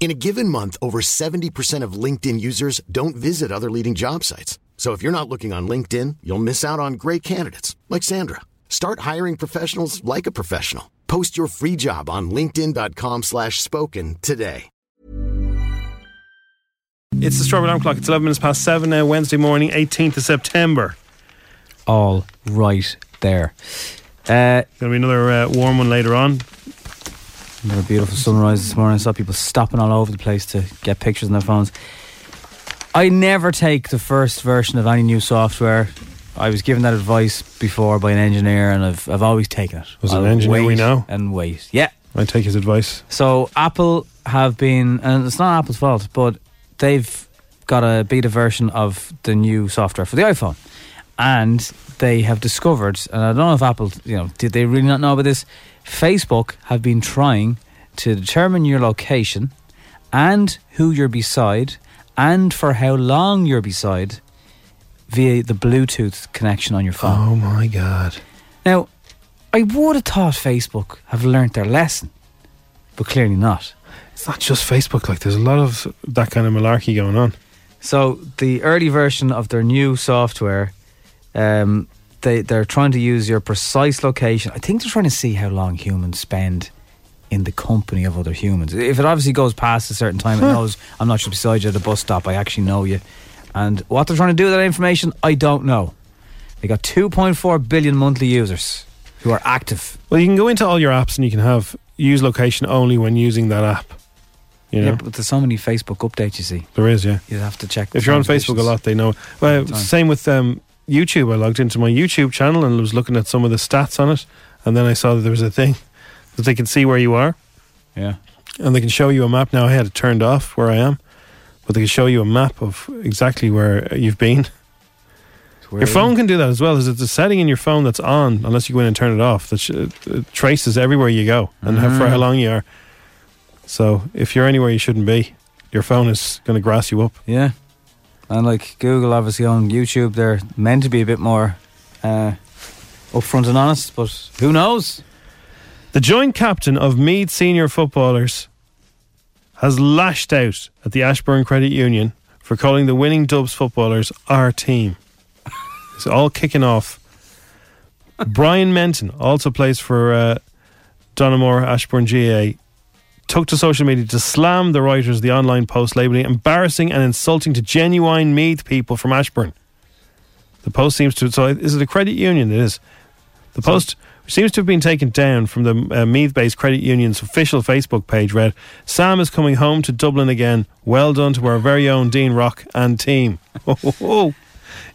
In a given month, over 70% of LinkedIn users don't visit other leading job sites. So if you're not looking on LinkedIn, you'll miss out on great candidates like Sandra. Start hiring professionals like a professional. Post your free job on linkedin.com/spoken slash spoken today. It's the Strawberry Alarm Clock. It's 11 minutes past 7 now, Wednesday morning, 18th of September. All right there. Uh, Going to be another uh, warm one later on. another beautiful sunrise this morning. I saw people stopping all over the place to get pictures on their phones. I never take the first version of any new software. I was given that advice before by an engineer, and I've, I've always taken it. Was it an I'll engineer we wait know? And wait. Yeah. I take his advice. So Apple have been, and it's not Apple's fault, but they've got a beta version of the new software for the iPhone, and they have discovered, and I don't know if Apple, you know, did they really not know about this? Facebook have been trying to determine your location and who you're beside and for how long you're beside via the Bluetooth connection on your phone. Oh, my God. Now, I would have thought Facebook have learnt their lesson, but clearly not. It's not just Facebook. Like, there's a lot of that kind of malarkey going on. So the early version of their new software, um, they they're trying to use your precise location. I think they're trying to see how long humans spend in the company of other humans. If it obviously goes past a certain time, it knows I'm not just beside you at a bus stop. I actually know you. And what they're trying to do with that information, I don't know. They got 2.4 billion monthly users who are active. Well, you can go into all your apps and you can have use location only when using that app. You know, Yeah, but there's so many Facebook updates. You see, there is, yeah. you'd have to check. If you're on translations. Facebook a lot, they know. Well, Time. same with um, YouTube. I logged into my YouTube channel and was looking at some of the stats on it, and then I saw that there was a thing that they can see where you are. yeah. and they can show you a map now. I had it turned off where I am, but they can show you a map of exactly where you've been. Your phone can do that as well. There's a setting in your phone that's on, unless you go in and turn it off, that sh- it traces everywhere you go and how, for how long you are. So if you're anywhere you shouldn't be, your phone is going to grass you up. Yeah. And like Google, obviously on YouTube, they're meant to be a bit more uh, upfront and honest, but who knows? The joint captain of Mead senior footballers has lashed out at the Ashburn Credit Union for calling the winning Dubs footballers our team. It's all kicking off. Brian Menton also plays for uh, Donamore Ashburn GA. Took to social media to slam the writers of the online post labelling embarrassing and insulting to genuine Meath people from Ashburn. The post seems to so is it a credit union? It is. The post seems to have been taken down from the uh, Meath-based credit union's official Facebook page. Read, "Sam is coming home to Dublin again. Well done to our very own Dean Rock and team." Ho, ho, ho.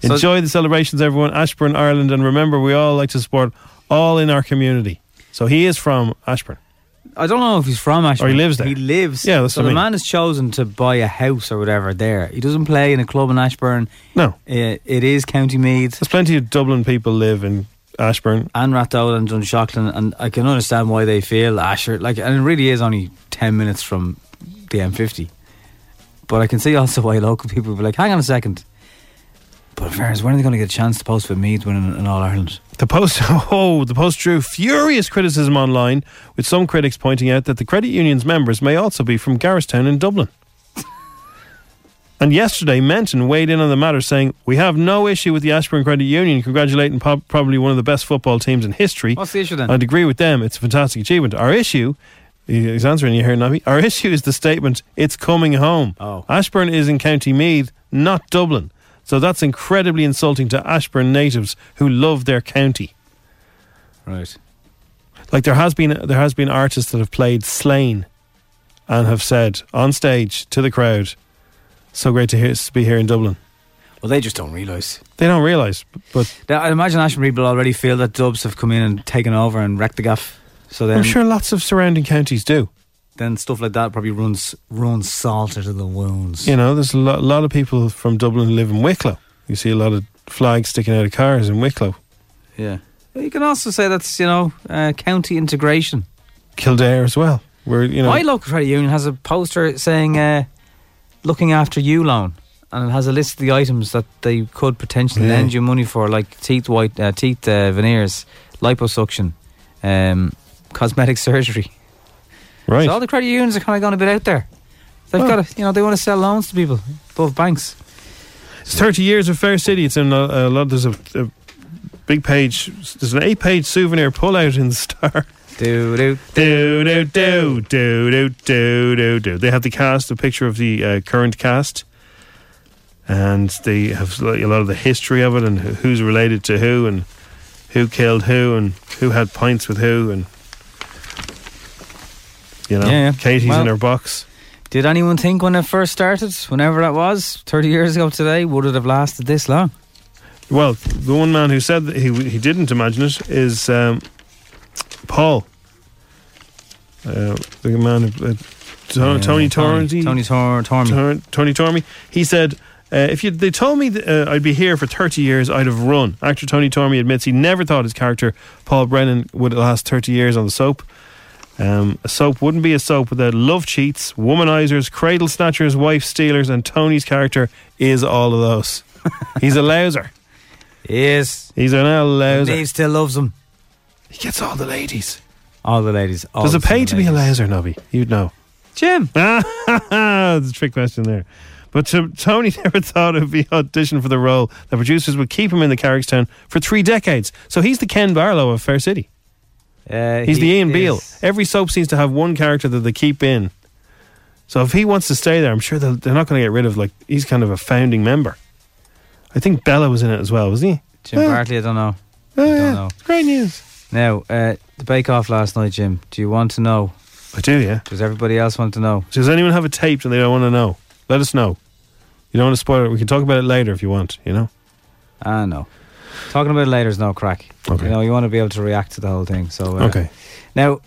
So- Enjoy the celebrations, everyone. Ashburn, Ireland, and remember, we all like to support all in our community. So he is from Ashburn. I don't know if he's from Ashburn. lives there. He lives. Yeah, that's so what I the mean. man has chosen to buy a house or whatever there. He doesn't play in a club in Ashburn. No, It, it is County Meath there's plenty of Dublin people live in Ashburn. and Rathdowell and Dunshaughlin, and I can understand why they feel Asher. Like, and it really is only ten minutes from the M50. But I can see also why local people will be like, "Hang on a second. But in fairness, when are they going to get a chance to post for Meath winning in All Ireland? The post, oh, the post drew furious criticism online, with some critics pointing out that the credit union's members may also be from Garristown in Dublin. and yesterday, Menton weighed in on the matter, saying, "We have no issue with the Ashburn Credit Union, congratulating po- probably one of the best football teams in history. What's the issue then? I'd agree with them. It's a fantastic achievement. Our issue." He's answering you here, Navi. Our issue is the statement, it's coming home. Oh. Ashburn is in County Meath, not Dublin. So that's incredibly insulting to Ashburn natives who love their county Right. like there has been there has been artists that have played Slain and have said on stage to the crowd, "So great to, hear, be here in Dublin." Well, they just don't realise. They don't realise, but Now, I imagine Ashton people already feel that Dubs have come in and taken over and wrecked the gaff. So then, I'm sure lots of surrounding counties do. then stuff like that probably runs runs salt into the wounds. You know, there's a lot, lot of people from Dublin who live in Wicklow. You see a lot of flags sticking out of cars in Wicklow, Yeah. You can also say that's you know uh, county integration. Kildare as well. Where you know, My local credit union has a poster saying uh, "Looking after you loan," and it has a list of the items that they could potentially Yeah. lend you money for, like teeth white, uh, teeth uh, veneers, liposuction, um, cosmetic surgery. right? So all the credit unions are kind of going a bit out there. They've Well- got to, you know, they want to sell loans to people above banks. It's 30 years of Fair City. It's in a, a lot. There's a, a big page. There's an eight-page souvenir pull-out in the Star. Do do. do do do do do do do do. They have the cast, the picture of the uh, current cast, and they have like a lot of the history of it and who- who's related to who and who killed who and who had pints with who and you know Yeah, yeah. Katie's Well- in her box. Did anyone think when it first started, whenever that was, thirty years ago today, would it have lasted this long? Well, the one man who said that he he didn't imagine it is um, Paul, uh, the man who, uh, Tony, Tony Torrenti. Tony Tor- Tormey. Tor- Tony Tormey. He said, uh, "If you, they told me th- uh, I'd be here for 30 years, I'd have run." Actor Tony Tormey admits he never thought his character Paul Brennan would last 30 years on the soap. Um, a soap wouldn't be a soap without love cheats, womanizers, cradle snatchers, wife stealers, and Tony's character is all of those. He's a louser. Yes. He's an old louser. Dave still loves him. He gets all the ladies. All the ladies. All Does it the pay single to be a ladies. louser, Nobby? You'd know. Jim. That's a trick question there. But to, Tony never thought it would be audition for the role. The producers would keep him in the Carrickstown for three decades. So he's the Ken Barlow of Fair City. Uh, He's the he Ian Beale. is- Every soap seems to have one character that they keep in. So if he wants to stay there, I'm sure they'll- they're not going to get rid of, like, he's kind of a founding member. I think Bella was in it as well, wasn't he? Jim Yeah. Bartley, I don't know. Oh, don't yeah. know. Great news. Now, uh, the Bake Off last night, Jim. Do you want to know? I do, yeah. Does everybody else want to know? Does anyone have it taped and they don't want to know? Let us know. You don't want to spoil it. We can talk about it later if you want, you know? Ah, no. Talking about it later is no crack. Okay. You know, you want to be able to react to the whole thing. So uh, Okay. Now,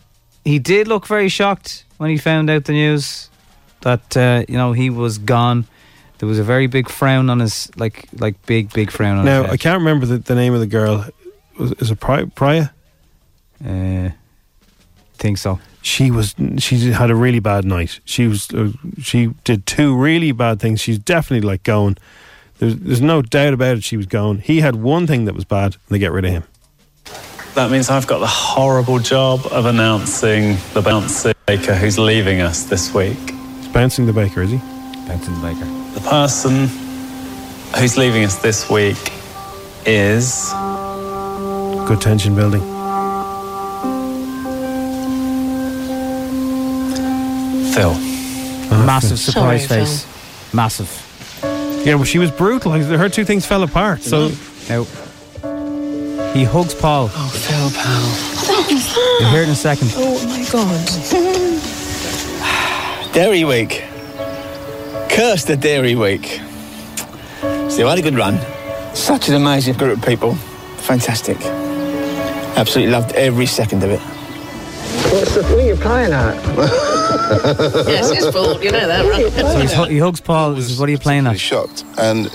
he did look very shocked when he found out the news that uh, you know he was gone. There was a very big frown on his like like big big frown on Now his I face. can't remember the, the name of the girl. Was- Is it Pri- Priya? Uh, think so. She was. She had a really bad night. She was. Uh, she did two really bad things. She's definitely like going. There's, there's no doubt about it. She was going. He had one thing that was bad, and they get rid of him. That means I've got the horrible job of announcing the bouncer baker who's leaving us this week. It's bouncing the baker, is he? Benson Baker. The person who's leaving us this week is Good tension building. Phil. Massive Sorry, surprise face. Massive. Yeah, well, she was brutal. Her two things fell apart. So Now, he hugs Paul. Oh, Phil, pal. Oh, You'll hear it in a second. Oh, my God. Dairy Week. Curse the Dairy Week. So I had a good run. Such an amazing group of people. Fantastic. Absolutely loved every second of it. What's the thing you're playing at? yes, it's fault. You know that, right? So he's, hu- he hugs Paul. He says, what are you playing at? shocked and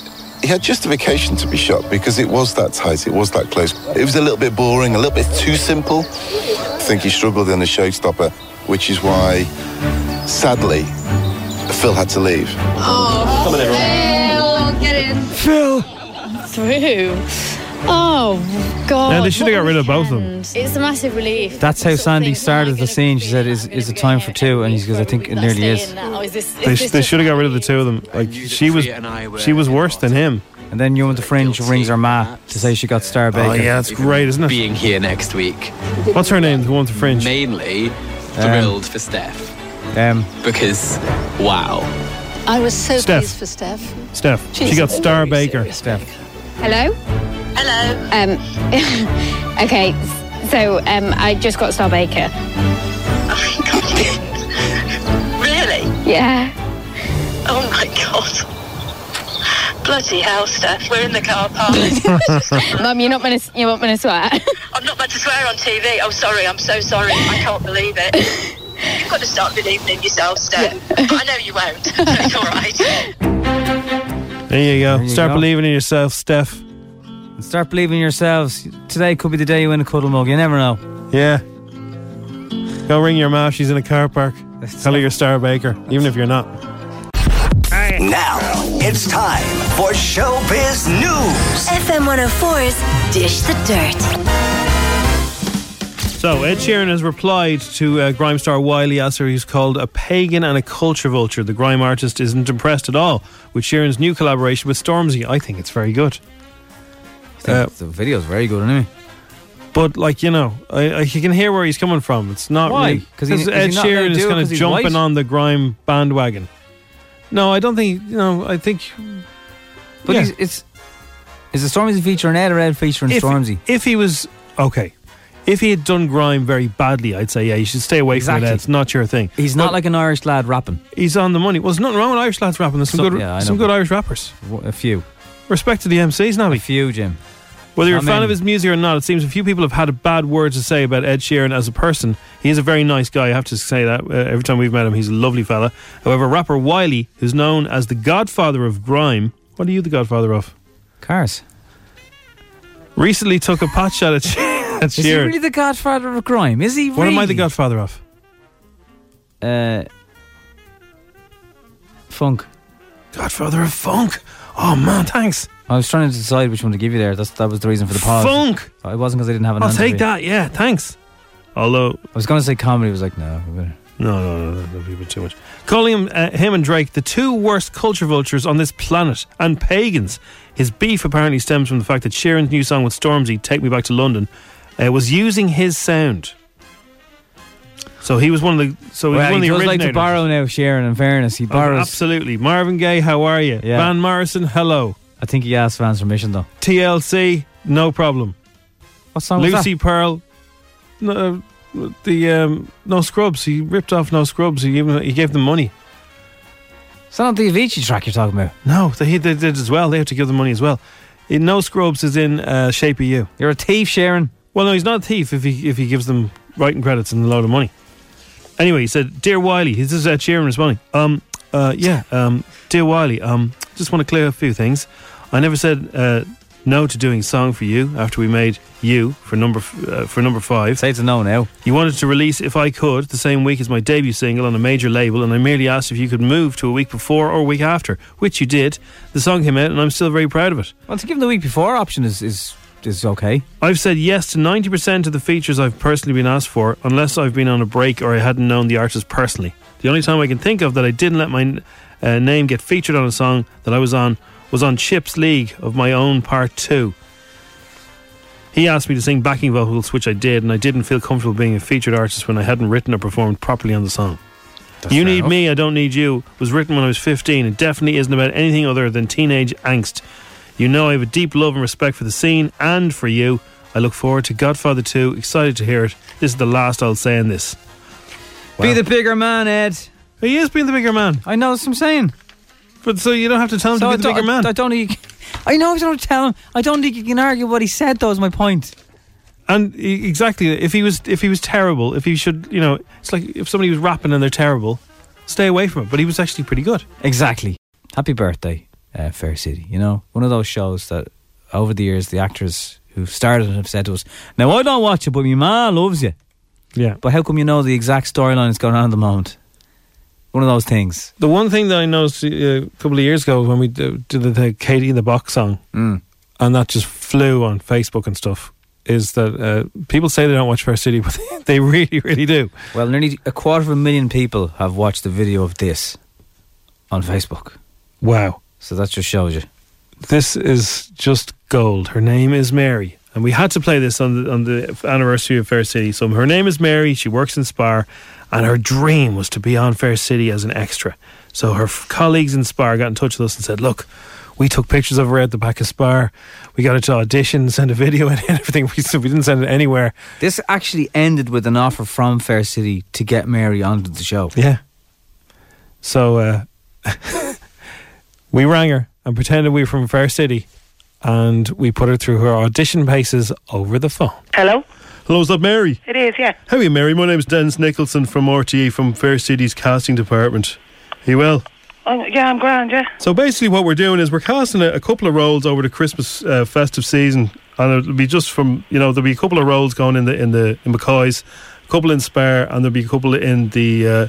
he had justification to be shocked because it was that tight it was that close it was a little bit boring a little bit too simple i think he struggled in the showstopper which is why sadly phil had to leave Come on, everyone. Phil, get in. Phil. Through. Oh, God. Now, they should have got what a rid of both of them. weekend. It's a massive relief. That's how You sort of Sandy think, am I started the gonna scene. She be said, in that? is- I'm is gonna it be time out for every two? And he week goes, for I a think week it that nearly I is. stay in that. Oh, is this- is They, this they just should have got how rid of the it two of is? them. Like she was, she was worse than him. And then you on the fringe rings her ma to say she got Star Baker. Oh yeah, that's great, isn't it? being here next week. What's her name? The one with the fringe. Mainly Um, thrilled for Steph Um, because wow. I was so Steph. pleased for Steph. Steph. She got Star Baker. Hello? Hello. Um, okay, so um, I just got Star Baker. Oh, my God. Yeah. Oh my god. Bloody hell, Steph. We're in the car park. Mum, you're not gonna you're not gonna sweat. I'm not about to swear on TV. I'm sorry. I'm so sorry. I can't believe it. You've got to start believing in yourself, Steph. I know you won't. So it's all right. There you go. you Start go. believing in yourself, Steph. Start believing in yourselves. Today could be the day you win a cuddle mug. You never know. Yeah. Go ring your ma. She's in a car park. Tell her you're Star Baker, even if you're not. Now it's time for Showbiz News. FM 104's Dish the Dirt. So Ed Sheeran has replied to uh, grime star Wiley Asser, who's called a pagan and a culture vulture. The grime artist isn't impressed at all with Sheeran's new collaboration with Stormzy. I think it's very good. Uh, the video's very good, anyway. But like you know, I, I you can hear where he's coming from. It's not Why? really 'Cause he- is he Ed not Sheeran gonna is do it kind 'cause of he's jumping white? on the grime bandwagon. No, I don't think. You know, I think. But yeah. he's, it's is the Stormzy featuring Ed or Ed featuring if, Stormzy? If he was okay, if he had done grime very badly, I'd say yeah, you should stay away from it. Exactly. Ed. It's not your thing. He's not like an Irish lad rapping. He's on the money. Well, there's nothing wrong with Irish lads rapping. There's some, Some- good, yeah, I some know, good but- Irish rappers. A few. Respect to the MCs, Nobby. A few, Jim. Whether you're a Not fan of many. his music or not, it seems a few people have had a bad word to say about Ed Sheeran as a person. He is a very nice guy, I have to say that. Uh, every time we've met him, he's a lovely fella. However, rapper Wiley, who's known as the godfather of grime, what are you the godfather of? Cars. Recently took a pot shot at, at Is he Sheeran. really the godfather of grime? Is he what am I the really? godfather of? Uh, funk. Godfather of funk. Oh man, thanks. I was trying to decide which one to give you there. That's that was the reason for the pause. Funk. It wasn't because I didn't have an I'll answer take for you. that, yeah, thanks. Although I was going to say comedy. I was like, no, we better. No, no, no, no, that'd be a bit too much. Calling him, uh, him and Drake the two worst culture vultures on this planet and pagans. His beef apparently stems from the fact that Sheeran's new song with Stormzy, Take Me Back to London, uh, was using his sound. So he was one of the so he was well, one he of the does originators. like to borrow now, Sharon. In fairness, he Oh, borrows. absolutely. Marvin Gaye, how are you? Yeah. Van Morrison, hello. I think he asked fans permission though. TLC, no problem. What song was Lucy Pearl, no, uh, the um, No Scrubs. He ripped off No Scrubs. He gave them, he gave them money. Is that not the Avicii track you're talking about? No, they, they did as well. They have to give them money as well. In no Scrubs is in uh, Shape of You. You're a thief, Sharon. Well, no, he's not a thief if he if he gives them writing credits and a load of money. Anyway, he said, "Dear Wiley, this is Ed Sheeran responding. Um, uh, yeah, um, dear Wiley, um, just want to clear up a few things. I never said uh, no to doing song for you after we made you for number f- uh, for number five. Say it's a no now. You wanted to release if I could the same week as my debut single on a major label, and I merely asked if you could move to a week before or a week after, which you did. The song came out, and I'm still very proud of it. Well, to give him the week before option is is is okay. I've said yes to 90% of the features I've personally been asked for, unless I've been on a break or I hadn't known the artist personally. The only time I can think of that I didn't let my uh, name get featured on a song that I was on was on Chips League of my own part two. He asked me to sing backing vocals, which I did, and I didn't feel comfortable being a featured artist when I hadn't written or performed properly on the song. you Need Me, I Don't Need You was written when I was 15 and definitely isn't about anything other than teenage angst. You know I have a deep love and respect for the scene and for you. I look forward to Godfather 2. Excited to hear it. This is the last I'll say in this. Be the bigger man, Ed. He is being the bigger man. I know that's what I'm saying. But so you don't have to tell him So to I be the don't- bigger man. I, I don't think. I know I don't tell him. I don't think you can argue what he said. Though is my point. And e- exactly, if he was if he was terrible, if he should, you know, it's like if somebody was rapping and they're terrible, stay away from it. But he was actually pretty good. Exactly. Happy birthday, uh, Fair City. You know, one of those shows that over the years the actors who started it have said to us, "Now I don't watch it, but my ma loves you." Yeah. But how come you know the exact storyline that's going on at the moment? One of those things. The one thing that I noticed uh, a couple of years ago when we did did the, the Katie in the Box song, and that just flew on Facebook and stuff, is that uh, people say they don't watch Fair City, but they really, really do. Well, nearly a quarter of a million people have watched the video of this on Facebook. Wow. So that just shows you. This is just gold. Her name is Mary. And we had to play this on the, on the anniversary of Fair City. So her name is Mary. She works in Spar. And her dream was to be on Fair City as an extra. So her f- colleagues in Spar got in touch with us and said, Look, we took pictures of her at the back of Spar. We got her to audition, send a video in, and everything. We, so we didn't send it anywhere. This actually ended with an offer from Fair City to get Mary onto the show. Yeah. So uh, we rang her and pretended we were from Fair City and we put her through her audition paces over the phone. Hello? Hello, is that Mary? It is, yeah. How are you, Mary? My name's Dennis Nicholson from RTE from Fair City's casting department. Are you well? Oh, yeah, I'm grand, yeah. So basically, what we're doing is we're casting a, a couple of roles over the Christmas uh, festive season, and it'll be just from you know there'll be a couple of roles going in the in the in McCoy's, a couple in Spare, and there'll be a couple in the uh,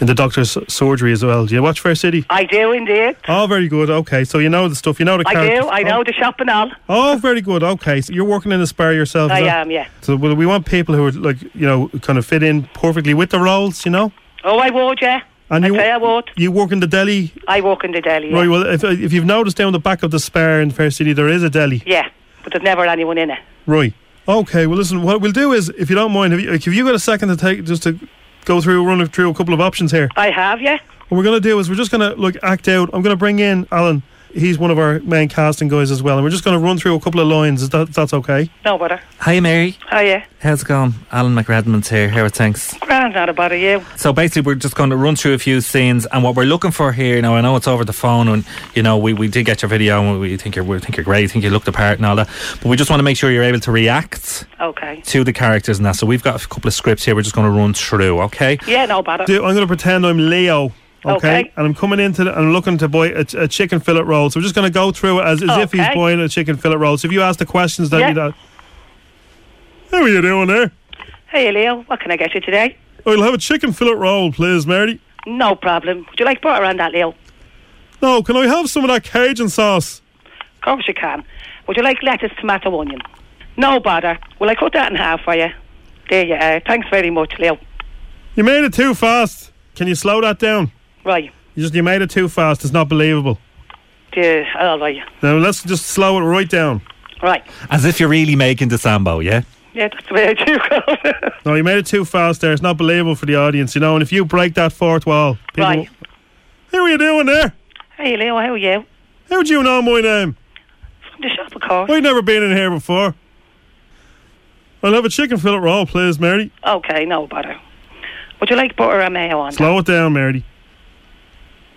in the Doctor's surgery as well. Do you watch Fair City? I do indeed. Oh, very good. Okay, so you know the stuff. You know the I characters. do, I know the shop and all. Oh, very good. Okay, so you're working in a spare yourself. is I that- am, yeah. So well, we want people who are like you know kind of fit in perfectly with the roles. You know, Oh, I would, yeah. and you Say I would. you work in the deli. I work in the deli, yeah. Right. Well, if, if you've noticed down the back of the spare in Fair City, there is a deli. Yeah, but there's never anyone in it. Right. Okay. Well, listen. What we'll do is, if you don't mind, have you, like, have you got a second to take just to go through run through a couple of options here? I have, yeah. What we're going to do is we're just going to like act out. I'm going to bring in Alan. He's one of our main casting guys as well, and we're just going to run through a couple of lines. Is that if that's okay? No bother. Hi, Mary. Oh, yeah. How's it going? Alan McRedmond's here. How are things? Grand, not a bother, you. So basically, we're just going to run through a few scenes, and what we're looking for here. Now, I know it's over the phone, and you know we, we did get your video, and we think you're we think you're great, we think you look the part, and all that. But we just want to make sure you're able to react Okay. to the characters and that. So we've got a couple of scripts here. We're just going to run through, okay? Yeah, no bother. Do, I'm going to pretend I'm Leo. Okay. Okay. and I'm coming into the, I'm looking to buy a, a chicken fillet roll. So we're just going to go through it as, as if he's Okay. buying a chicken fillet roll. So if you ask the questions, that Yeah. you know, how are you doing there? Hey, Leo, what can I get you today? I'll have a chicken fillet roll, please, Mary. No problem. Would you like butter on that, Leo? No, can I have some of that Cajun sauce? Of course you can. Would you like lettuce, tomato, onion? No bother. Will I cut that in half for you? There you are. Thanks very much, Leo. You made it too fast. Can you slow that down? Right. You just you made it too fast. It's not believable. Yeah, all right. Now let's just slow it right down. Right. As if you're really making the sambo, yeah? Yeah, that's the way I do go. No, you made it too fast there. It's not believable for the audience, you know. And if you break that fourth wall, people Right. How are you doing there? hey, Leo, how are you? How do you know my name? From the shop, of course. I've never been in here before. I'll have a chicken fillet roll, please, Mary. Okay, no bother. Would you like butter or mayo on Slow it down, Mary. that?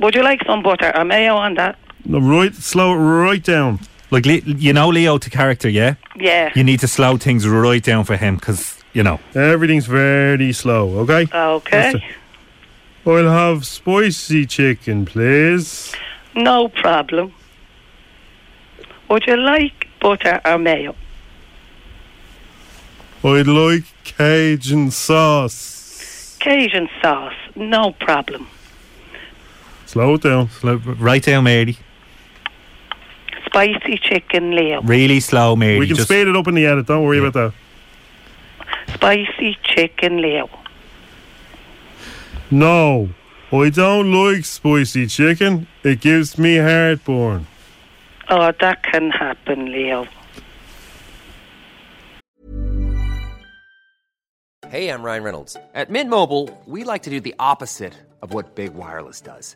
Would you like some butter or mayo on that? No, right, slow it right down. Like Le- you know Leo to character, yeah? Yeah. You need to slow things right down for him because you know. Everything's very slow, okay? Okay. That's it. I'll have spicy chicken, please. No problem. Would you like butter or mayo? I'd like Cajun sauce. Cajun sauce, no problem. Slow it down. Slow, right down, Mary. Spicy chicken, Leo. Really slow, Mary. We can Just- speed it up in the edit. Don't worry about Spicy chicken, Leo. that. No, I don't like spicy chicken. It gives me heartburn. Oh, that can happen, Leo. Hey, I'm Ryan Reynolds. At Mint Mobile, we like to do the opposite of what Big Wireless does.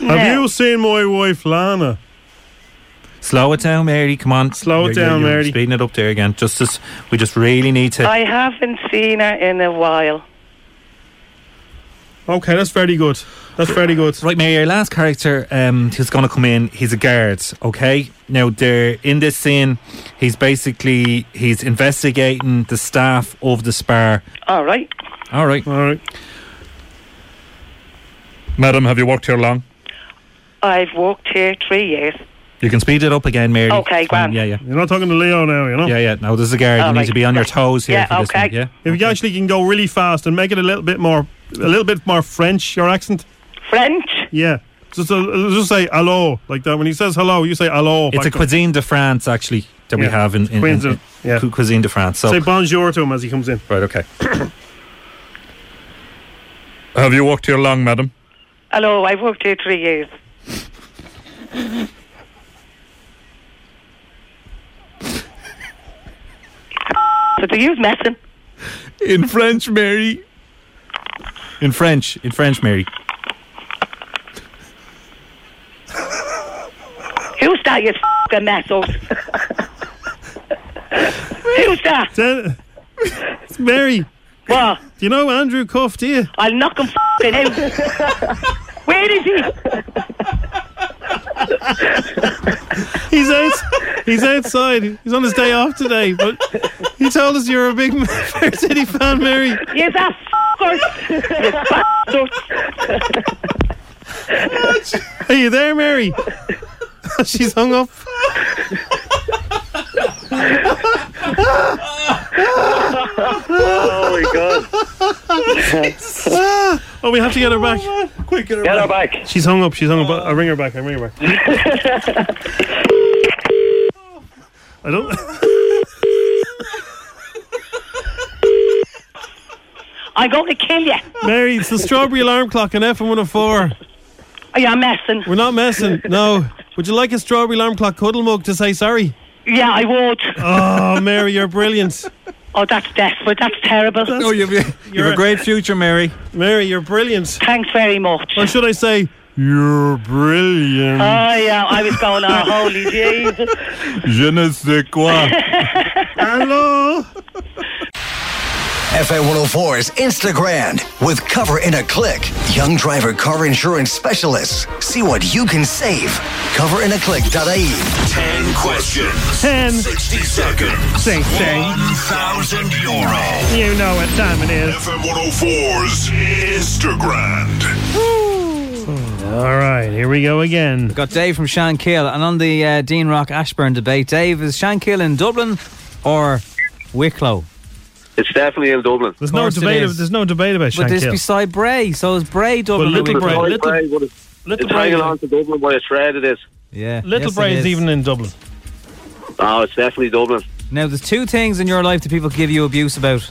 Have you seen my wife, Lana? Slow it down, Mary. Come on. Slow it down, Mary. Speeding it up there again. Just as we just really need to. I haven't seen her in a while. Okay, that's very good. That's very good. Right, Mary. Our last character um, who's going to come in. He's a guard. Okay. Now they're in this scene. He's basically he's investigating the staff of the spar. All right. All right. All right. Madam, have you worked here long? I've worked here three years. You can speed it up again, Mary. Okay, It's fine. grand. Yeah, yeah. You're not talking to Leo now, you know? Yeah, yeah. No, this is a guard. Oh, you need right. to be on your toes here Yeah, for this okay. one. Yeah. If you actually can go really fast and make it a little bit more, a little bit more French, your accent. French. Yeah. Just, uh, just say hello like that. When he says hello, you say hello. It's a back to him. cuisine de France, actually, that we Yeah. have in, in, in, Cuisine- cu- cuisine de France. So Say bonjour to him as he comes in. Right. Okay. Have you walked here long, madam? Hello, I've worked here three years. But do you use messing? In French, Mary. In French, in French, Mary. Who's that, you f***ing mess up? Who's that? It's Mary. What? Do you know Andrew Cuff, do you? I'll knock him f***ing out. Where is he? He's out. He's outside. He's on his day off today. But he told us you're a big Fair City fan, Mary. Yes, that f***er. You bastard. Are you there, Mary? She's hung up. oh my god. Oh, we have to get her back. Quick, get her Get her back. She's hung up. She's hung up. I'll ring her back. I'll ring her back. I don't. I'm going to kill you. Mary, it's the strawberry alarm clock on FM 104. Are you messing? We're not messing. No. Would you like a strawberry alarm clock cuddle mug to say sorry? Yeah, I would. Oh, Mary, you're brilliant. Oh, that's desperate. That's terrible. Oh, No, you've, You have a great future, Mary. Mary, you're brilliant. Thanks very much. Or should I say, you're brilliant. Oh, yeah, I was going, oh, holy Jesus. Je ne sais quoi. Hello. FA 104's Instagram with Cover in a Click. Young driver car insurance specialists. See what you can save. Coverinaclick.ie. 10 questions. 10. 60 seconds. Sing, sing. 1,000 euro. You know what time it is. FM 104's Instagram. All right, here we go again. got Dave from Shankill, and on the uh, Dean Rock Ashburn debate, Dave is Shankill in Dublin or Wicklow? It's definitely in Dublin. There's no debate. Of, there's no debate about But this Shankill. beside Bray, so is Bray Dublin? Well, or Little Wicklow? Bray- Little Little- Bray, what is- Little it's hanging Bray. on to Dublin by a thread, it is. Yeah, Little yes, Bray it is even in Dublin. Oh, it's definitely Dublin. Now, there's two things in your life that people give you abuse about.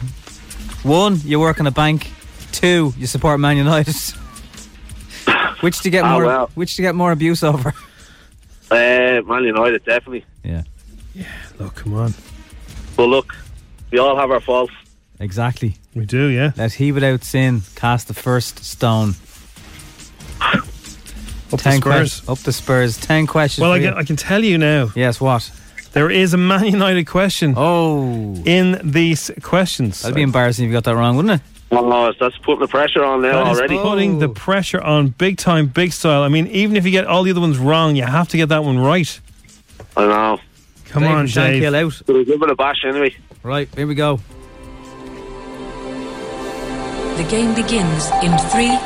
One, you work in a bank. Two, you support Man United. which do you get Ah, more? well. Which do you get more abuse over? Uh, Man United, definitely. Oh, come on. But look, we all have our faults. Exactly. We do, yeah. Let he without sin cast the first stone. Up Ten the Spurs. que- up the Spurs. Ten questions. Well, for I you. can, I can tell you now. Yes, what? There is a Man United question. Oh. In these questions. That'd be embarrassing if you got that wrong, wouldn't it? Oh, that's putting the pressure on now That is already. putting the pressure on big time, big style. I mean, even if you get all the other ones wrong, you have to get that one right. I know. Come on, Dave. Shankill out. We'll give it a bash anyway. Right, here we go. The game begins in three,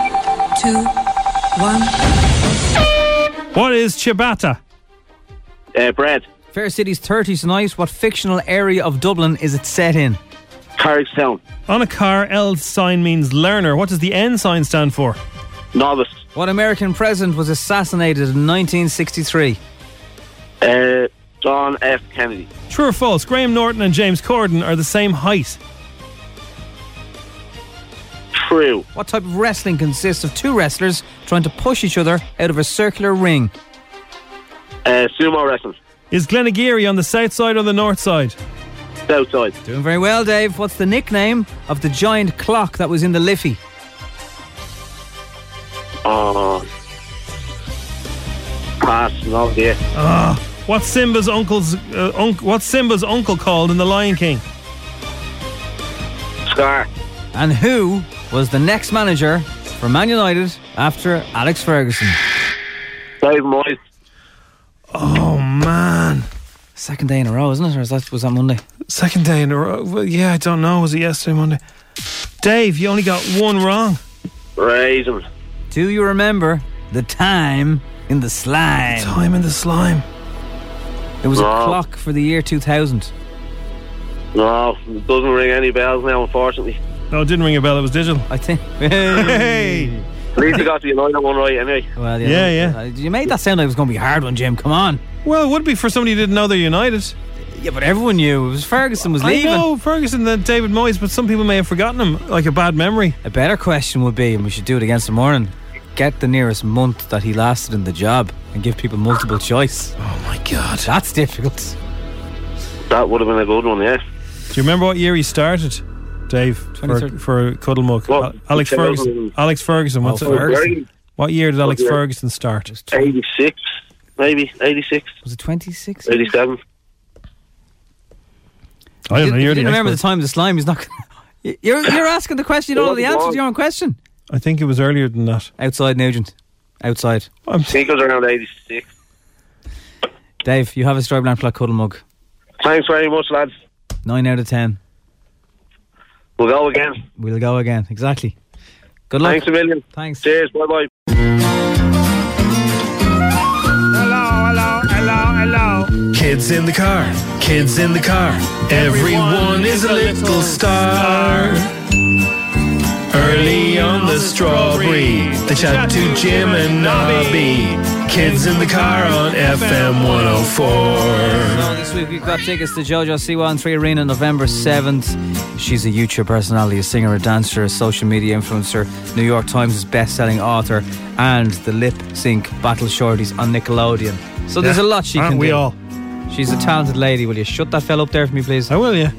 two, one. What is ciabatta? Uh, bread, Fair City's 30 tonight. What fictional area of Dublin is it set in? Carrickstown, On a car, L sign means learner. What does the N sign stand for? novice, What American president was assassinated in 1963? uh, John F. Kennedy, True or false? Graham Norton and James Corden are the same height. true, What type of wrestling consists of two wrestlers trying to push each other out of a circular ring? uh, sumo wrestling, Is Glenageary on the south side or the north side? Southside, Doing very well, Dave. What's the nickname of the giant clock that was in the Liffey? oh, pass, no idea, Ah, what's Simba's uncle's uh, unc- what's Simba's uncle called in The Lion King? Scar, And who was the next manager for Man United after Alex Ferguson? Dave Moyes, Oh man, Second day in a row, isn't it? Or is that, was that Monday? second day in a row. Well, yeah, I don't know. Was it yesterday, Monday? Dave, you only got one wrong. Raisin, Do you remember the time in the slime. Time in the slime. It was Wow. a clock for the year 2000. No, it doesn't ring any bells now, unfortunately. No, it didn't ring a bell. It was digital. I think. Hey. At least I got the United one right anyway. Well, Yeah, yeah. Uh, You made that sound like it was going to be a hard one, Jim. Come on. Well, it would be for somebody who didn't know they're United. Yeah, but everyone knew. It was Ferguson was leaving. I know Ferguson and David Moyes, but some people may have forgotten him, like a bad memory. A better question would be, and we should do it again some morning, get the nearest month that he lasted in the job and give people multiple choice. Oh my god. That's difficult. That would have been a good one, yeah. Do you remember what year he started, Dave, for, 23rd. for Cuddlemuck? Well, Alex Ferguson. 2000. Alex Ferguson. What's Oh, it? Ferguson. What year did What Alex year? Ferguson start? 86, maybe. 86, Was it 26? 87. I don't know. You You're the didn't remember the expert. time of the slime. He's not. gonna- You're you're asking the question. You don't know the It wasn't answer long. to your own question. I think it was earlier than that. Outside Nugent. Outside. I'm I think it was around 86. Dave, you have a strawberry black cuddle mug. Thanks very much, lads. Nine out of ten. We'll go again. We'll go again. Exactly. Good luck. Thanks a million. Thanks. Cheers. Bye bye. Kids in the car, kids in the car. Everyone is a little star. Early on the strawberry, they chat to Jim and Nobby. Kids in the car on FM 104. Well, This week we've got tickets to JoJo Siwa and Three Arena November 7th. She's a YouTube personality, a singer, a dancer, a social media influencer, New York Times' best-selling author, and the lip sync battle shorties on Nickelodeon. So there's a Yeah, lot she aren't can we do. all? She's a talented lady. Will you shut that fella up there for me, please? I will, yeah.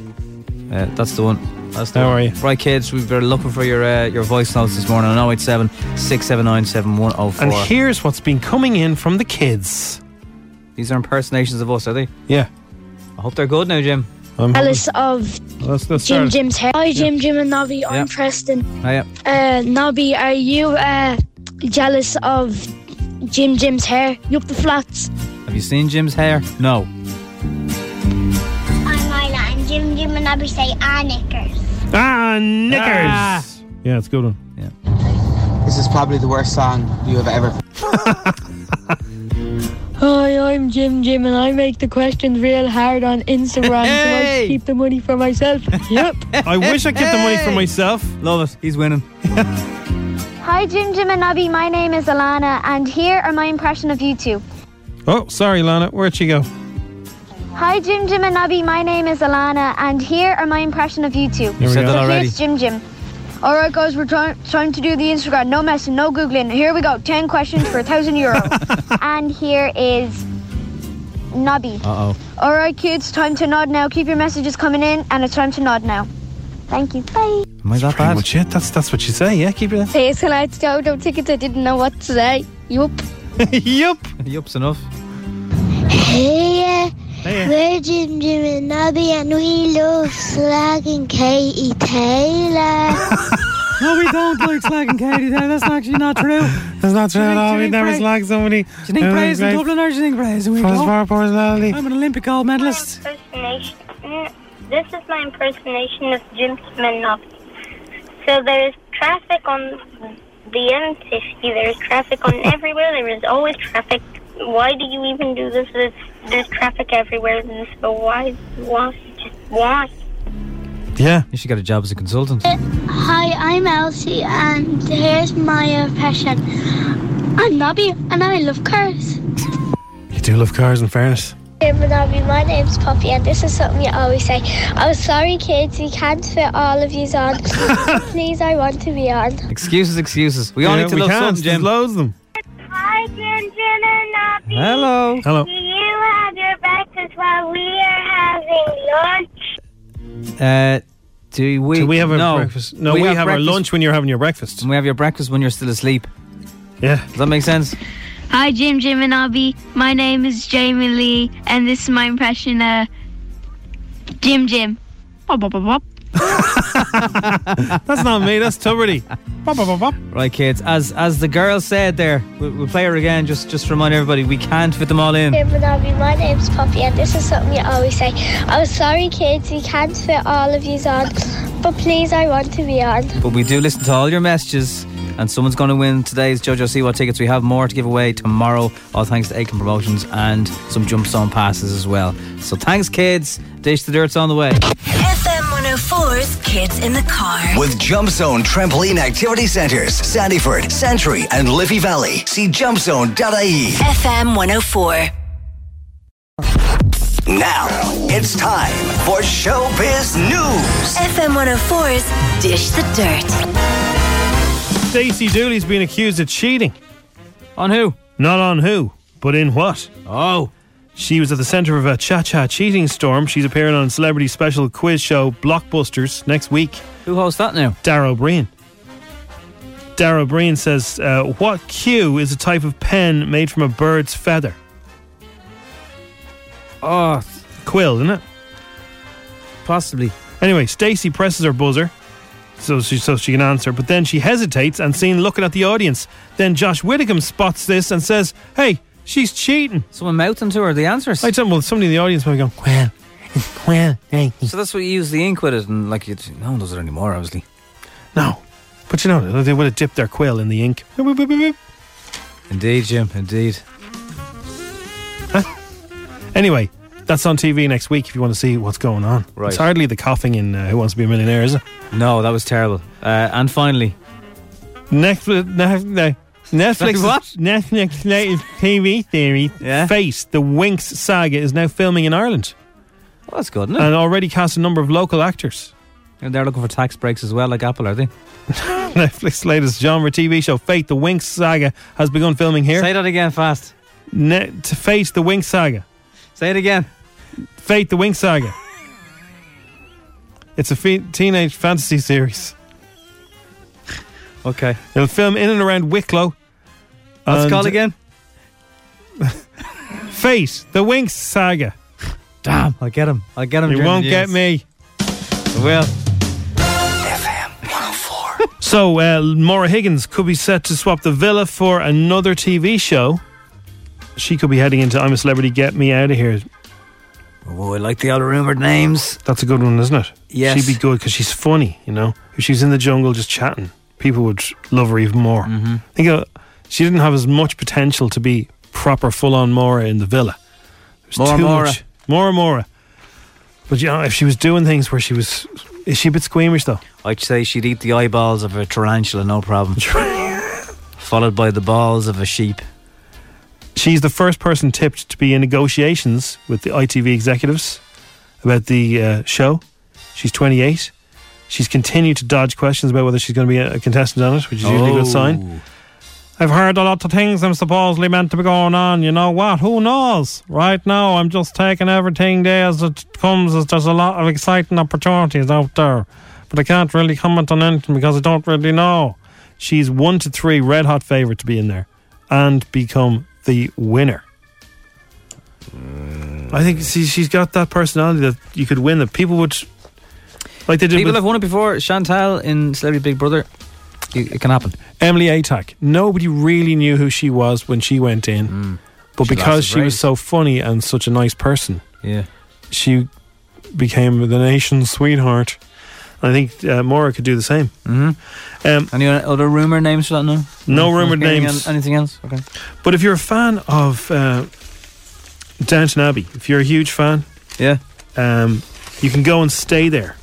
Uh, that's the one. That's the How one. are you? Right, kids, we've been looking for your uh, your voice notes this morning on 087 679 7104. And here's what's been coming in from the kids. These are impersonations of us, are they? Yeah. I hope they're good now, Jim. I'm Alice of Let's, let's Jim start. Jim's hair. Hi, Jim Jim and Nobby. Yeah. I'm Preston. Hiya. Uh, Nobby, are you uh, jealous of Jim Jim's hair? You up the flats? Have you seen Jim's hair? No. I'm Isla, and Jim Jim and Abby say ah knickers. Ah, knickers. Ah. Yeah, it's a good one. This is probably the worst song you have ever. Hi, I'm Jim Jim, and I make the questions real hard on Instagram, so I Hey! just keep the money for myself. yep. I wish I kept the money for Hey! myself. Love it. He's winning. Hi, Jim Jim and Abby. My name is Alana, and here are my impression of you two. Oh, sorry, Lana. Where'd she go? Hi, Jim Jim and Abby. My name is Alana, and here are my impression of you two. we said go. that So already. here's Jim Jim. All right, guys, we're trying trying to do the Instagram. No messing, no googling. Here we go. Ten questions for a thousand euro. and here is Nobby. Uh oh. All right, kids, time to nod now. Keep your messages coming in, and it's time to nod now. Thank you. Bye. Am I that bad? Much it. That's that's what you say. Yeah, keep it. Hey, so I don't tickets. I didn't know what to say. Yup. yup. Yup's enough. Hey, uh, Hey. we're Jim Jim and Nobby, and we love slagging Katie Taylor. No, we don't like slagging Katie there. That's actually not true. That's not true Do you think- at all. do you We think never Bray- slag somebody. Do Do you think Bray's in Dublin or do you think Bray's in First Wicklow? bar personality. I'm an Olympic gold medalist. impersonation. mm, This is my impersonation of Jim Smirnoff. So there is traffic on the M50. There is traffic on everywhere. There is always traffic. Why do you even do this? There's, there's traffic everywhere. This, but why? Why? Just why? Yeah. You should get a job as a consultant. Hi, I'm Elsie, and here's my impression. I'm Nobby, and I love cars. You do love cars, in fairness. Hey, Manabi, my name's Poppy, and this is something you always say. I'm sorry, kids, we can't fit all of yous on. Please, I want to be on. Excuses, excuses. We all Yeah, need to we love can't. something, There's Jim. loads of them. Hi, Jim, Jim, and Nobby. Hello. Hello. you have your breakfast while we are having lunch? Uh, do we? Do we have our no. breakfast? No, we, have, our breakfast- lunch when you're having your breakfast. And we have your breakfast when you're still asleep. Yeah. Does that make sense? Hi, Jim Jim and Abby. My name is Jamie Lee, and this is my impression of Jim Jim. Bop, bop, bop, bop. That's not me. That's Tuberty. Bop, bop, bop, bop. Right, kids. As as the girl said there, we'll, we'll play her again. Just just to remind everybody, we can't fit them all in. Hey, Manabi, my name's Poppy, and this is something you always say. I'm sorry, kids, we can't fit all of yous on, but please, I want to be on. But we do listen to all your messages And someone's going to win today's JoJo Siwa tickets. We have more to give away tomorrow, all thanks to Aiken Promotions and some Jumpstone passes as well. So thanks, kids. Dish the dirt's on the way. FM 104's Kids in the Car. With Jump Zone Trampoline Activity Centers, Sandyford, Santry, and Liffey Valley. See jumpzone.ie. FM 104. Now it's time for Showbiz News. FM 104's Dish the Dirt. Stacey Dooley's been accused of cheating. On who? Not on who, but in what? Oh. She was at the centre of a cha cha cheating storm. She's appearing on a celebrity special quiz show, Blockbusters, next week. Who hosts that now? Darrow Breen. Darrow Breen says, uh, What cue is a type of pen made from a bird's feather? Oh. Quill, isn't it? Possibly. Anyway, Stacey presses her buzzer so she so she can answer. But then she hesitates and seen looking at the audience. Then Josh Whittaker spots this and says, "Hey, she's cheating." Someone mouthing to her the answers. I tell well, somebody in the audience might be going, "Well, it's well, hey." So that's what you use the ink with it, and like you, no one does it anymore, obviously. No, but you know they would have dipped their quill in the ink. Indeed, Jim. Indeed. Huh? Anyway. That's on TV next week if you want to see what's going on. Right. It's hardly the coughing in uh, Who Wants to Be a Millionaire, is it? No, that was terrible. Uh, and finally, Netflix, Netflix, Netflix's- What? Netflix's latest TV series, Yeah. Face, the Winx saga, is now filming in Ireland well, that's good, isn't it? and already cast a number of local actors. And they're looking for tax breaks as well, like Apple, are they? Netflix's latest genre TV show, Fate, the Winx saga, has begun filming here. Say that again fast. Net, Fate, the Winx saga. Say it again. Fate, the Winx saga. it's a fe- teenage fantasy series. Okay. It'll film in and around Wicklow. What's it And- called again? Fate, the Winx saga. Damn, I'll get him. I'll get him. You during won't the get news. me. I will. So, uh, Maura Higgins could be set to swap the villa for another TV show. She could be heading into I'm a Celebrity, Get Me Out of Here. Oh, I like the other rumored names. That's a good one, isn't it? Yes. She'd be good because she's funny, you know? If she's in the jungle just chatting, people would love her even more. Mm-hmm. I think uh, she didn't have as much potential to be proper full on Maura in the villa. It was Maura too Maura. much. Maura Maura. But, you know, if she was doing things where she was. Is she a bit squeamish, though? I'd say she'd eat the eyeballs of a tarantula, no problem. Followed by the balls of a sheep. She's the first person tipped to be in negotiations with the ITV executives about the uh, show. She's 28. She's continued to dodge questions about whether she's going to be a a contestant on it, which is usually a good sign. I've heard a lot of things I'm supposedly meant to be going on. You know what? Who knows? Right now, I'm just taking everything day as it comes, as there's a lot of exciting opportunities out there. But I can't really comment on anything because I don't really know. She's one to three red hot favourite to be in there and become the winner. I think see, she's got that personality that you could win, that people would. Like they did People with have won it before. Chantal in Celebrity Big Brother. It, it can happen. Emily Atack. Nobody really knew who she was when she went in, but Mm. She because lost the she was race. so funny and such a nice person, Yeah. she became the nation's sweetheart. And I think uh, Maura could do the same. Mm-hmm. Um, Any other rumor names for that? No. No rumored Anything names. el- Anything else? Okay. but if you're a fan of uh, Downton Abbey, if you're a huge fan, Yeah. um, you can go and stay there.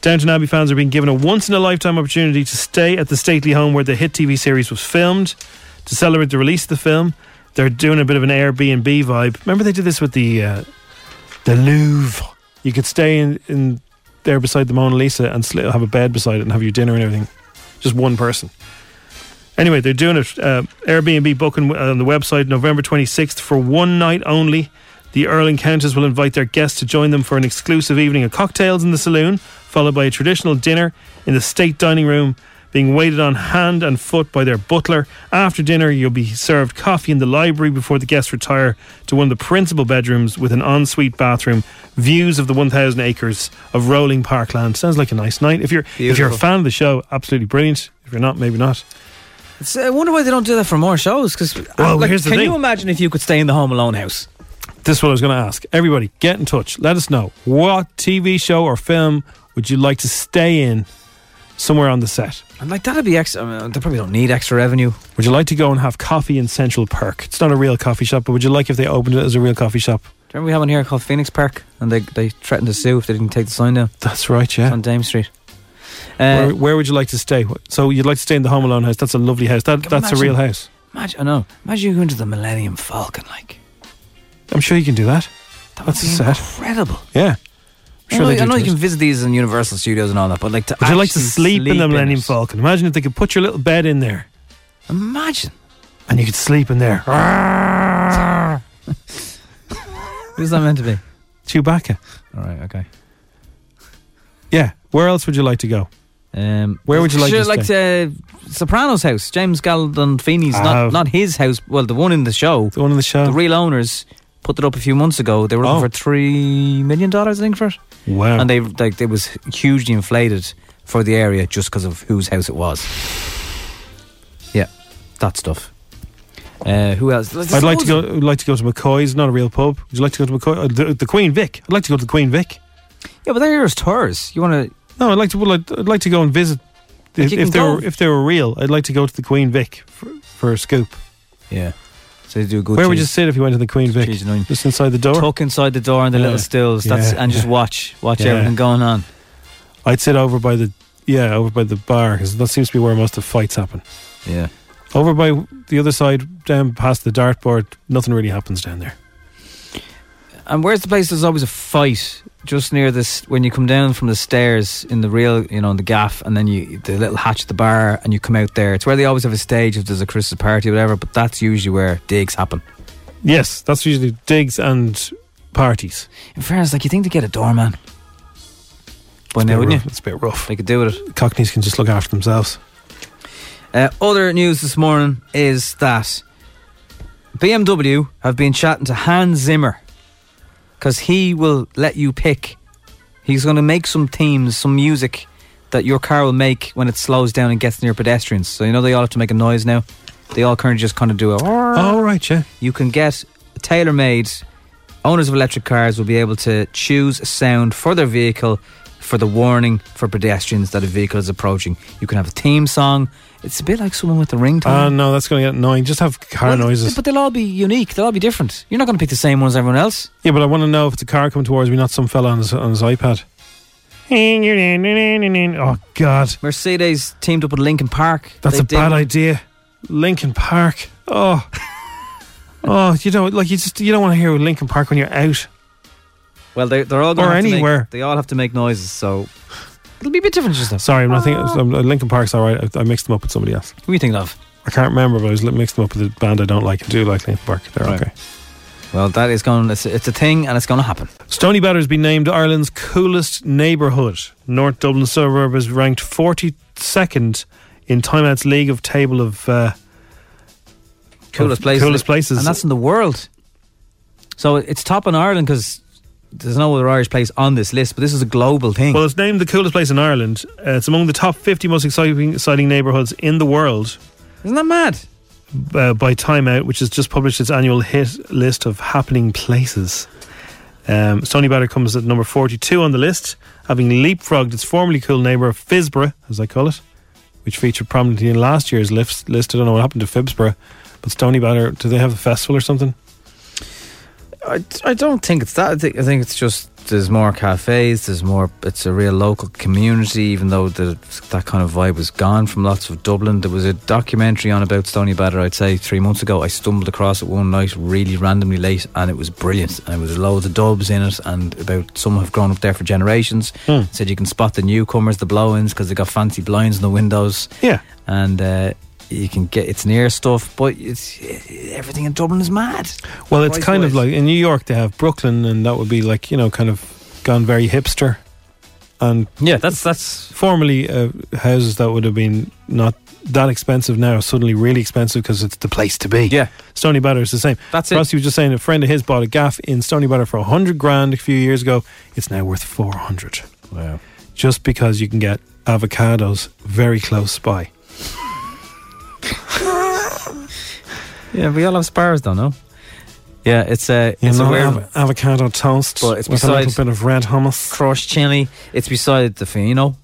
Downton Abbey fans are being given a once in a lifetime opportunity to stay at the stately home where the hit TV series was filmed to celebrate the release of the film. They're doing a bit of an Airbnb vibe. Remember they did this with the uh, the Louvre. You could stay in, in there beside the Mona Lisa and sli- have a bed beside it and have your dinner and everything. Just one person. Anyway, they're doing it. Uh, Airbnb booking uh, on the website November 26th for one night only. The Earl and Countess will invite their guests to join them for an exclusive evening of cocktails in the saloon, followed by a traditional dinner in the state dining room, being waited on hand and foot by their butler. After dinner, you'll be served coffee in the library before the guests retire to one of the principal bedrooms with an ensuite bathroom, views of the 1,000 acres of rolling parkland. Sounds like a nice night. If you're if you're a Beautiful. fan of the show, absolutely brilliant. If you're not, maybe not. It's, I wonder why they don't do that for more shows. Because Well, here's the can thing. you imagine if you could stay in the Home Alone house? This is what I was going to ask. Everybody, get in touch. Let us know what TV show or film would you like to stay in somewhere on the set. And like that'd be extra. I mean, they probably don't need extra revenue. Would you like to go and have coffee in Central Park? It's not a real coffee shop, but would you like if they opened it as a real coffee shop? Do you remember we had one here called Phoenix Park, and they they threatened to sue if they didn't take the sign down. That's right, yeah. It's on Dame Street. Uh, where, where would you like to stay? So you'd like to stay in the Home Alone house? That's a lovely house. That Can you that's a real imagine- house. Imagine, I know. Imagine you going to the Millennium Falcon, like I'm sure you can do that. that's be a set. incredible. Yeah. I I'm sure know- they do I know to you it. can visit these in Universal Studios and all that, but like to Would you like to actually sleep, in the Millennium it. Falcon? Imagine if they could put your little bed in there. Imagine. And you could sleep in there. Who's that meant to be? Chewbacca. All right, okay. Yeah. Where else would you like to go? Um, Where would you like Sure, to stay? like to Sopranos' house, James Gandolfini's, Ah. not not his house. Well, the one in the show, the one in the uh, show. The real owners put it up a few months ago. They were Oh. looking for three million dollars, I think, for it. Wow! And they like it was hugely inflated for the area just because of whose house it was. Yeah, that stuff. Uh, who else? There's I'd like to loads go. I'd like to go to McCoy's. Not a real pub. Would you like to go to McCoy? uh, The, the Queen Vic. I'd like to go to the Queen Vic. Yeah, but they're just tours. You want to? No, I'd like to. well, I'd, I'd like to go and visit. Like, if you if can they go- were if they were real, I'd like to go to the Queen Vic for, for a scoop. Yeah. So they do a good. Where would cheese- you sit if you went to the Queen Vic? Just inside the door. Tuck inside the door and the Yeah. little stills. That's Yeah. and just watch, watch Yeah. everything going on. I'd sit over by the yeah over by the bar because that seems to be where most of the fights happen. Yeah. Over by the other side, down past the dartboard, nothing really happens down there. And where's the place? There's always a fight just near this when you come down from the stairs in the real, you know, in the gaff, and then you the little hatch at the bar, and you come out there. It's where they always have a stage if there's a Christmas party or whatever. But that's usually where digs happen. Yes, that's usually digs and parties. In fairness, like you think they get a doorman by now, wouldn't you? It's a bit rough. They could do with it. Cockneys can just look after themselves. Uh, other news this morning is that BMW have been chatting to Hans Zimmer because he will let you pick. He's going to make some themes, some music that your car will make when it slows down and gets near pedestrians. So you know they all have to make a noise now. They all currently just kind of do a. Oh right, yeah. You can get tailor-made. Owners of electric cars will be able to choose a sound for their vehicle for the warning for pedestrians that a vehicle is approaching. You can have a theme song. It's a bit like someone with the ringtone. Ah, no, that's going to get annoying. Just have car noises. But they'll all be unique. They'll all be different. You're not going to pick the same one as everyone else. Yeah, but I want to know if it's a car coming towards me, not some fella on his, on his iPad. Oh God, Mercedes teamed up with Lincoln Park. that's They a did- bad idea. Lincoln Park. Oh, oh, you know, like you just you don't want to hear Lincoln Park when you're out. Well, they're, they're all going Or to have to make- anywhere. they all have to make noises, so it'll be a bit different just now. Sorry, I'm not thinking. I'm, Lincoln Park's all right. I, I mixed them up with somebody else. Who are you thinking of? I can't remember, but I was li- mixed them up with a band I don't like. I do like Lincoln Park. They're okay. Well, that is going. It's, it's a thing, and it's going to happen. Stony Batter has been named Ireland's coolest neighbourhood. North Dublin suburb is ranked 42nd in Time Out's League of Table of uh, coolest of places. Coolest places. and that's in the world. So it's top in Ireland because there's no other Irish place on this list. But this is a global thing. Well, it's named the coolest place in Ireland. Uh, it's among the top 50 most exciting, exciting neighbourhoods in the world. Isn't that mad? Uh, by Time Out, which has just published its annual hit list of happening places. Um, Stony Batter comes at number 42 on the list, having leapfrogged its formerly cool neighbour, Fisborough, as I call it, which featured prominently in last year's list. list. I don't know what happened to Fibsborough, but Stony Batter, do they have a festival or something? I, I don't think it's that. I think, I think it's just there's more cafes. There's more. It's a real local community, even though the, that kind of vibe was gone from lots of Dublin. There was a documentary on about Stony Batter. I'd say three months ago. I stumbled across it one night, really randomly late, and it was brilliant. And it was loads of dubs in it, and about some have grown up there for generations. Hmm. Said you can spot the newcomers, the blow-ins, because they got fancy blinds in the windows. Yeah. and. uh you can get it's near stuff, but it's everything in Dublin is mad. Well, it's Price kind of wise. like in New York they have Brooklyn, and that would be like you know kind of gone very hipster. And yeah, that's that's formerly uh, houses that would have been not that expensive now are suddenly really expensive because it's the place to be. Yeah, Stony Batter is the same. That's it. Rossi was just saying a friend of his bought a gaff in Stony Batter for hundred grand a few years ago. It's now worth four hundred. Wow! Just because you can get avocados very close by. Yeah, we all have spars, don't know. Yeah, it's a You it's know, a weird av- avocado toast But it's with a beside- little bit of red hummus. crushed chili. It's beside the Fino.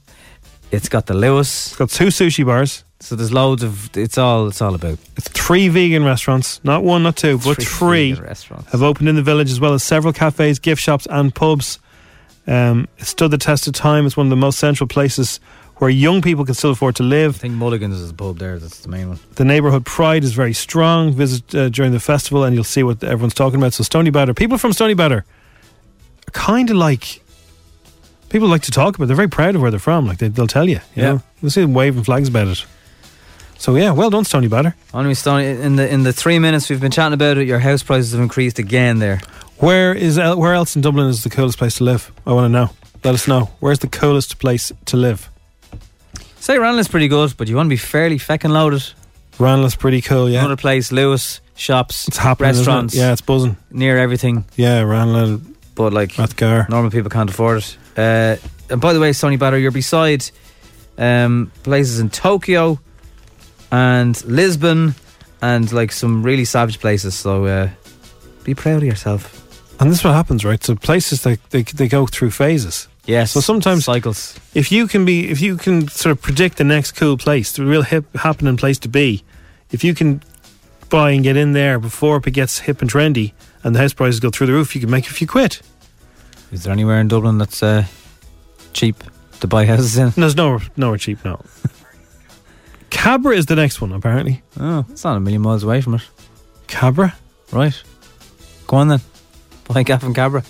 It's got the Lewis. It's got two sushi bars. So there's loads of. It's all. It's all about. It's three vegan restaurants, not one, not two, but Three three, vegan restaurants. have opened in the village, as well as several cafes, gift shops, and pubs. Um, it stood the test of time. It's one of the most central places where young people can still afford to live. I think Mulligan's is a pub there. That's the main one. The neighbourhood pride is very strong. Visit uh, during the festival and you'll see what everyone's talking about. So Stony Batter, people from Stony Batter are kind of like people like to talk about. They're very proud of where they're from. Like they, they'll tell you. you Yeah. know? You'll see them waving flags about it. So yeah, well done, Stony Batter. Anyway, Stoney, in the in the three minutes we've been chatting about it, your house prices have increased again. There, Where is el- where else in Dublin is the coolest place to live? I want to know. Let us know. Where's the coolest place to live? say Ranelagh's pretty good, but you want to be fairly feckin' loaded. Ranelagh's pretty cool, yeah. Another place, Lewis shops, it's happening, isn't it? restaurants, Yeah, it's buzzing near everything. Yeah, Ranelagh, but like Rathgar. normal people can't afford it. Uh, and by the way, Sony Batter, you're beside um, places in Tokyo and Lisbon and like some really savage places. So uh, be proud of yourself. And this is what happens, right? So places they they, they go through phases. Yes. So sometimes cycles. If you can be, if you can sort of predict the next cool place, the real hip happening place to be, if you can buy and get in there before it gets hip and trendy, and the house prices go through the roof, you can make a few quid. Is there anywhere in Dublin that's uh, cheap to buy houses in? There's no nowhere cheap now. Cabra is the next one, apparently. Oh, it's not a million miles away from it. Cabra? Right. Go on then. Buy Gaff and Cabra.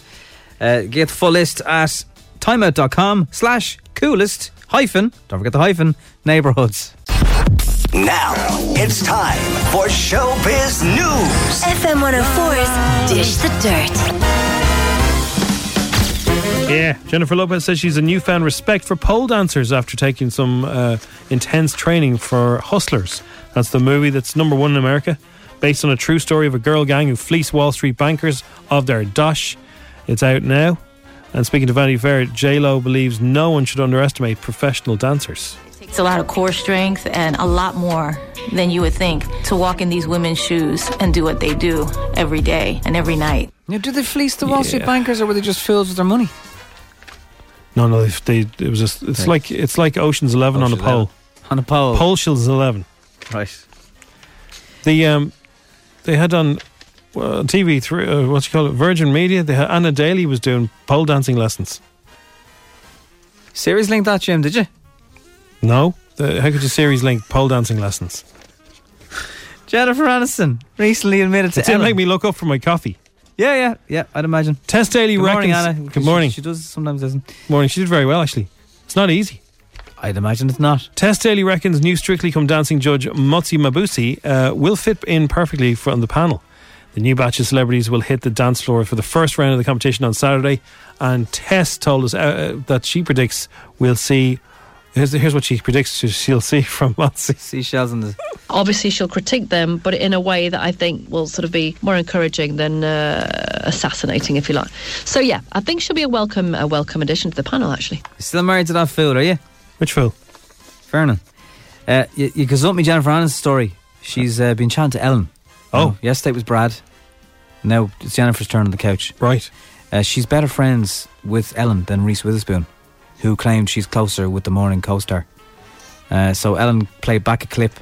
Uh, get the full list at timeout.com slash coolest hyphen, don't forget the hyphen, neighborhoods. Now it's time for Showbiz News. FM 104's Dish the Dirt. Yeah, Jennifer Lopez says she's a newfound respect for pole dancers after taking some uh, intense training for Hustlers. That's the movie that's number one in America, based on a true story of a girl gang who fleece Wall Street bankers of their dosh. It's out now. And speaking to Vanity Fair, J Lo believes no one should underestimate professional dancers. It's a lot of core strength and a lot more than you would think to walk in these women's shoes and do what they do every day and every night. Now, did they fleece the Wall Street Yeah. bankers or were they just fools with their money? No, no, they, they, it was just, it's Right. like it's like Ocean's Eleven Ocean's on a pole. 11. On a pole. Pole Shills Eleven. Right. The um, they had on well, TV three. Uh, what you call it? Virgin Media. They had Anna Daly was doing pole dancing lessons. Series linked that, Jim, did you? No, the, how could you series link pole dancing lessons? Jennifer Aniston recently admitted to It didn't Ellen. make me look up for my coffee. Yeah, yeah, yeah, I'd imagine. Tess Daly Good morning, reckons- Anna. Good She- morning. She, does sometimes doesn't. Morning. She did very well actually. It's not easy. I'd imagine it's not. Tess Daly reckons new Strictly Come Dancing judge Motsi Mabusi uh, will fit in perfectly for, on the panel. The new batch of celebrities will hit the dance floor for the first round of the competition on Saturday. And Tess told us uh, uh, that she predicts we'll see. Here's, here's what she predicts she- she'll see from Motsi. Seashells in the. obviously she'll critique them, but in a way that I think will sort of be more encouraging than uh, assassinating, if you like. So yeah, I think she'll be a welcome a welcome addition to the panel. Actually, You're still married to that fool, are you? Which fool? Fernan. Uh, you, you can up me Jennifer Aniston's story. She's uh, been chatting to Ellen. Oh. yesterday it was Brad. Now it's Jennifer's turn on the couch. Right. Uh, she's better friends with Ellen than Reese Witherspoon, who claimed she's closer with the morning co star. Uh, so Ellen played back a clip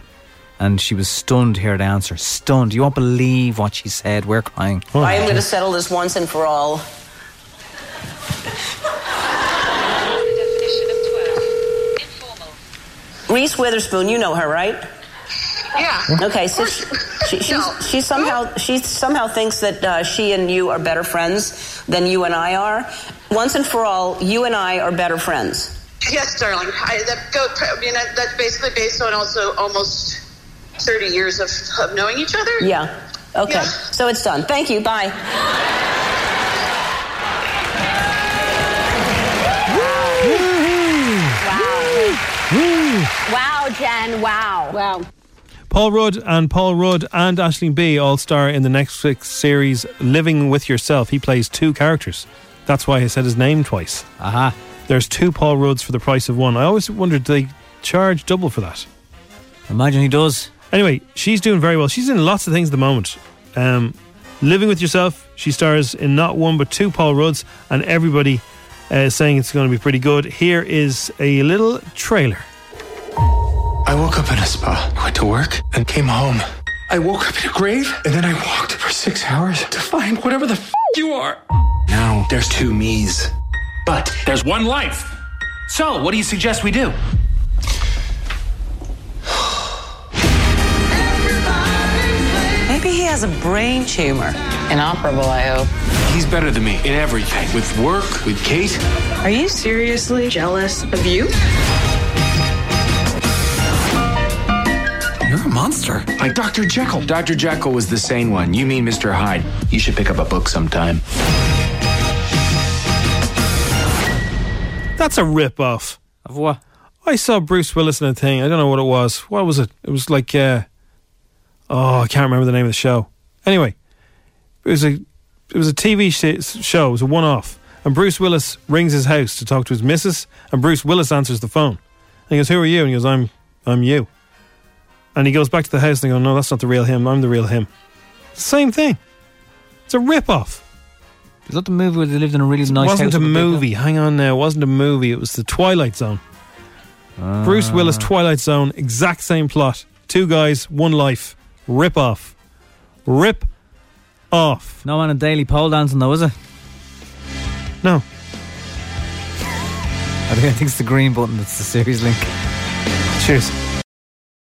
and she was stunned here at the answer. Stunned. You won't believe what she said. We're crying. I am going to settle this once and for all. Reese Witherspoon, you know her, right? Yeah. Okay, so she, she, she's- she somehow she somehow thinks that uh, she and you are better friends than you and I are. Once and for all, you and I are better friends. Yes, darling. I, that go, I mean, that, that's basically based on also almost 30 years of, of knowing each other. Yeah. Okay. Yeah. So it's done. Thank you. Bye. Woo! Wow, Jen. Wow. Wow. Paul Rudd and Paul Rudd and Ashling B all star in the Netflix series Living with Yourself. He plays two characters. That's why I said his name twice. Aha. There's two Paul Rudds for the price of one. I always wondered do they charge double for that? Imagine he does. Anyway, she's doing very well. She's in lots of things at the moment. Um, Living with Yourself, she stars in not one but two Paul Rudds, and everybody uh, saying it's going to be pretty good. Here is a little trailer. I woke up in a spa, went to work, and came home. I woke up in a grave, and then I walked for six hours to find whatever the f you are. Now there's two me's, but there's one life. So, what do you suggest we do? Maybe he has a brain tumor. Inoperable, I hope. He's better than me in everything with work, with Kate. Are you seriously jealous of you? You're a monster. Like Dr. Jekyll. Dr. Jekyll was the sane one. You mean Mr. Hyde. You should pick up a book sometime. That's a rip off. Of what? I saw Bruce Willis in a thing. I don't know what it was. What was it? It was like, uh, oh, I can't remember the name of the show. Anyway, it was a it was a TV sh- show. It was a one off. And Bruce Willis rings his house to talk to his missus, and Bruce Willis answers the phone. And he goes, "Who are you?" And he goes, "I'm I'm you." And he goes back to the house and they go, "No, that's not the real him. I'm the real him." Same thing. It's a rip off. Is that the movie where they lived in a really nice wasn't house? a with big movie. Hang on now. It wasn't a movie. It was The Twilight Zone. Uh, Bruce Willis, Twilight Zone, exact same plot. Two guys, one life. Rip off. Rip off. No one in daily pole dancing though, is it? No. I think I think it's the green button that's the series link. Cheers.